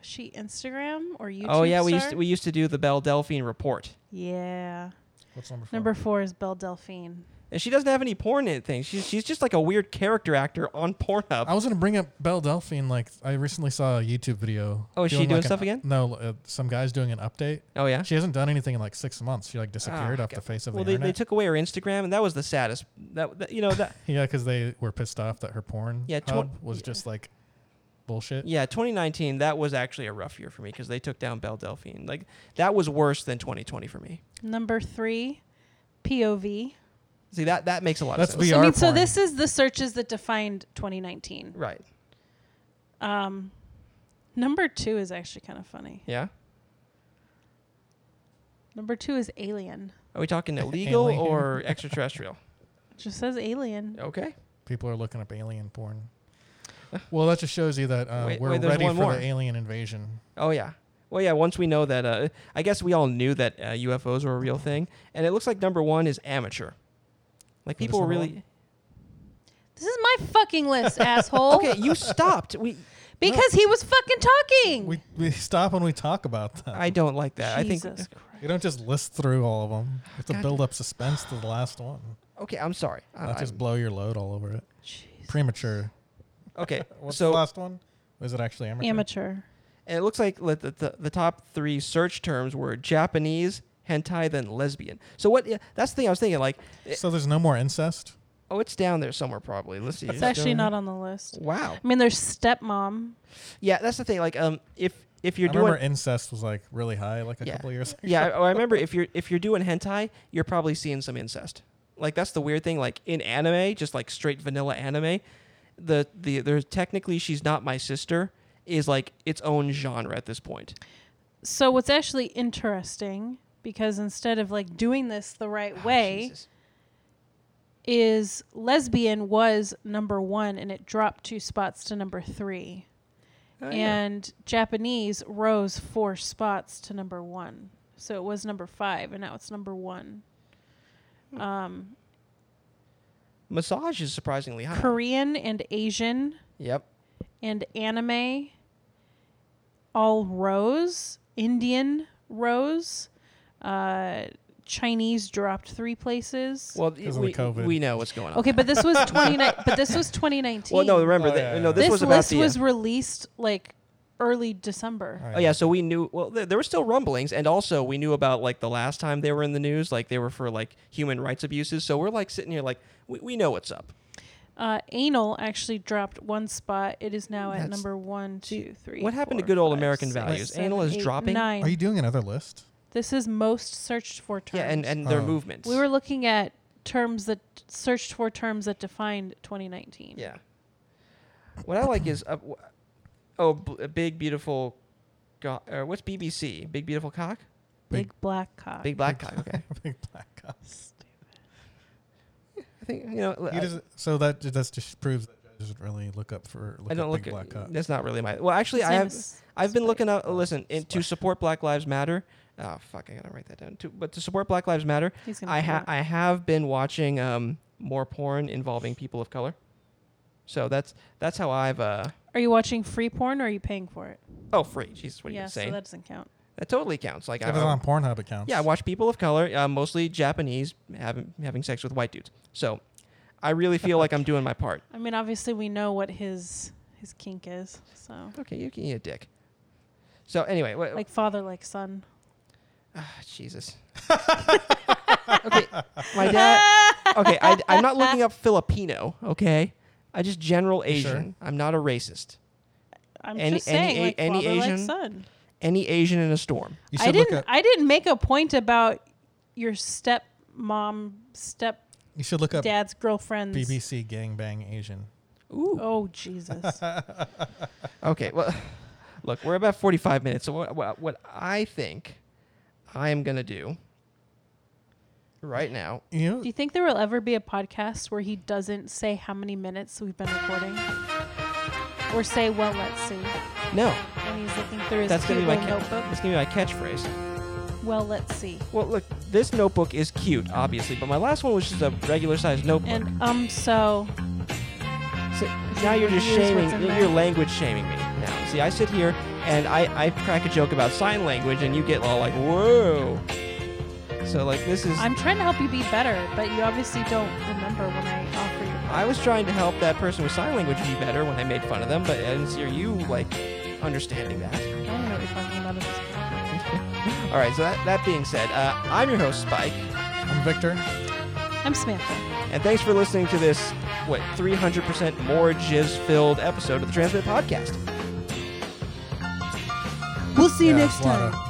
B: Was she Instagram or YouTube?
A: oh yeah, we
B: star?
A: used to, we used to do the Belle Delphine report,
B: yeah.
C: What's number four?
B: Number four is Belle Delphine.
A: and she doesn't have any porn in things. She's she's just like a weird character actor on Pornhub.
C: I was gonna bring up Belle Delphine. Like I recently saw a YouTube video.
A: Oh, is she doing
C: like, an-
A: stuff again?
C: No, uh, some guy's doing an update.
A: Oh yeah.
C: She hasn't done anything in like six months. She like disappeared
A: Ah,
C: off
A: God.
C: the face of
A: well,
C: the
A: they, they
C: internet.
A: took away her Instagram, and that was the saddest. That, that- you know that
C: yeah, because they were pissed off that her porn
A: Yeah, tw-
C: hub was
A: yeah.
C: just like bullshit.
A: yeah, 2019 that was actually a rough year for me because they took down Belle Delphine. Like that was worse than 2020 for me.
B: Number three, POV.
A: See that that makes a lot
C: That's
A: of sense.
C: We
B: so, I
C: are
B: mean, so
C: porn.
B: this is the searches that defined 2019.
A: right.
B: Um, number two is actually kind of funny.
A: Yeah.
B: Number two is alien.
A: Are we talking illegal
C: Alien.
A: or extraterrestrial?
B: It just says alien.
A: Okay.
C: People are looking up alien porn. Well, that just shows you that uh,
A: Wait-
C: we're
A: wait, there's
C: ready for
A: one more.
C: the alien invasion.
A: Oh yeah. Well yeah. Once we know that, uh, I guess we all knew that uh, UFOs were a real thing, and it looks like number one is amateur. Like
C: What is
A: people were
C: number
A: really
B: This is my fucking list, asshole.
A: okay. You stopped. We.
B: Because he was fucking talking.
C: We, we stop when we talk about that.
A: I don't like that. I think
B: Jesus Christ.
C: You don't just list through all of them. You have to
A: God.
C: build up suspense to the last one.
A: Okay, I'm sorry. I-
C: Not just
A: I'm-
C: blow your load all over it.
B: Jesus.
C: Premature.
A: okay,
C: What's
A: so
C: the last one? Is it actually amateur?
B: Amateur.
A: and it looks like li- the, the, the top three search terms were Japanese, hentai, then lesbian. So what? yeah, That's the thing I was thinking. Like, eh,
C: So there's no more incest.
A: oh, it's down there somewhere probably. Let's see.
B: It's actually
C: doing
B: not on the list.
A: Wow.
B: I mean, there's stepmom.
A: Yeah, that's the thing. Like, um, if if you're
C: I
A: doing
C: remember incest was like really high, like a
A: Yeah.
C: couple years. ago.
A: yeah, oh, I, I remember if you're if you're doing hentai, you're probably seeing some incest. Like that's the weird thing. Like in anime, just like straight vanilla anime, the the there's technically she's not my sister is like its own genre at this point.
B: So what's actually interesting, because instead of like doing this the right
A: Ah,
B: way,
A: Jesus.
B: is lesbian was number one and it dropped two spots to number three.
A: Oh, yeah.
B: and Japanese rose four spots to number one. So it was number five, and now it's number one.
A: Hmm.
B: Um,
A: massage is surprisingly high.
B: Korean and Asian
A: Yep.
B: and anime all rose. Indian rose. Uh, Chinese dropped three places.
A: Well,
C: of the
A: we,
C: COVID.
A: we know what's going on.
B: okay, but this was twenty nine. but this was twenty nineteen.
A: Well, no, remember
C: Oh,
A: that.
C: yeah,
A: No,
C: yeah.
A: this,
B: this
A: was about
B: list
A: the.
B: was released like early December.
C: All right.
A: oh yeah, so we knew. Well, there, there were still rumblings, and also we knew about like the last time they were in the news, like they were for like human rights abuses. So we're like sitting here, like we, we know what's up.
B: Uh, anal actually dropped one spot. It is now
A: That's-
B: at number one, two, three.
A: what happened to
B: four,
A: good old
B: five,
A: American
B: six,
A: values?
B: seven,
A: Anal is
B: eight,
A: dropping?
B: nine.
C: Are you doing another list?
B: this is most searched for terms.
A: Yeah, and and their
C: Oh.
A: movements.
B: we were looking at terms that searched for terms that defined 2019.
A: Yeah. What I like is, uh, w- oh, b- a big beautiful go- or what's BBC? Big beautiful cock.
B: Big,
C: Big-
B: black cock.
A: Big black cock. Okay.
C: Big black cock.
A: I think you know.
C: He
A: I-
C: doesn't- so that that just proves that I doesn't really look up for look
A: I don't
C: up
A: look.
C: big black cock.
A: At, that's not really my. Well, actually, I have. I've been looking up. Listen, in, to support Black Lives Matter. Oh fuck, I gotta write that down too. But to support Black Lives Matter,
B: He's gonna
A: I
B: pull it
A: ha-
B: up.
A: I have been watching um, more porn involving people of color. So that's that's how I've. Uh,
B: Are you watching free porn or are you paying for it?
A: oh, free. Jesus, what are
B: yeah,
A: you
B: so
A: saying?
B: that doesn't count.
A: that totally counts. Like
C: If it's
A: I, um,
C: on Pornhub accounts.
A: Yeah, I watch people of color, uh, mostly Japanese, having having sex with white dudes. So, I really feel like I'm doing my part.
B: I mean, obviously we know what his his kink is. So
A: Okay, you can eat a dick. So anyway, what,
B: like father, like son.
A: ah, Jesus. okay, my dad. Okay, I, I'm not looking up Filipino. Okay, I just general Asian. I'm not a racist.
B: I'm
A: Any-
B: just
A: any
B: saying,
A: A-
B: like
A: any
B: father, like
A: Asian?
B: son.
A: Any Asian in a storm.
C: You
B: I
C: should look
B: didn't.
C: up.
B: I didn't make a point about your stepmom, stepdad's
C: You should look up
B: girlfriend's.
C: BBC gangbang Asian.
A: Ooh.
B: Oh Jesus!
A: Okay, well, look, we're about 45 minutes. So what, what, what I think I am gonna do right now
C: You know,
B: Do you think there will ever be a podcast where he doesn't say how many minutes we've been recording, or say, "Well, let's see,"
A: No,
B: and he's looking through his
A: that's
B: cute
A: gonna be my
B: little
A: ca-
B: notebook?
A: that's gonna be my catchphrase.
B: Well, let's see.
A: Well, look, this notebook is cute, obviously, but my last one was just a regular sized notebook.
B: And um, so
A: so now you're just
B: Here's
A: shaming,
B: what's in
A: you're
B: there.
A: you're language shaming me now. See, I sit here and I, I crack a joke about sign language, and you get all like, whoa. So like this is,
B: I'm trying to help you be better, but you obviously don't remember when I offer you.
A: I was trying to help that person with sign language be better when I made fun of them, but I didn't see you like understanding that.
B: I don't know what you're talking about. at this point.
A: All right, so that, that being said, uh, I'm your host Spike.
C: I'm Victor.
B: I'm Samantha.
A: And thanks for listening to this, what, 300% more jizz filled episode of the Transmit Podcast.
B: We'll see
C: Yeah, Oh. it's a lot of-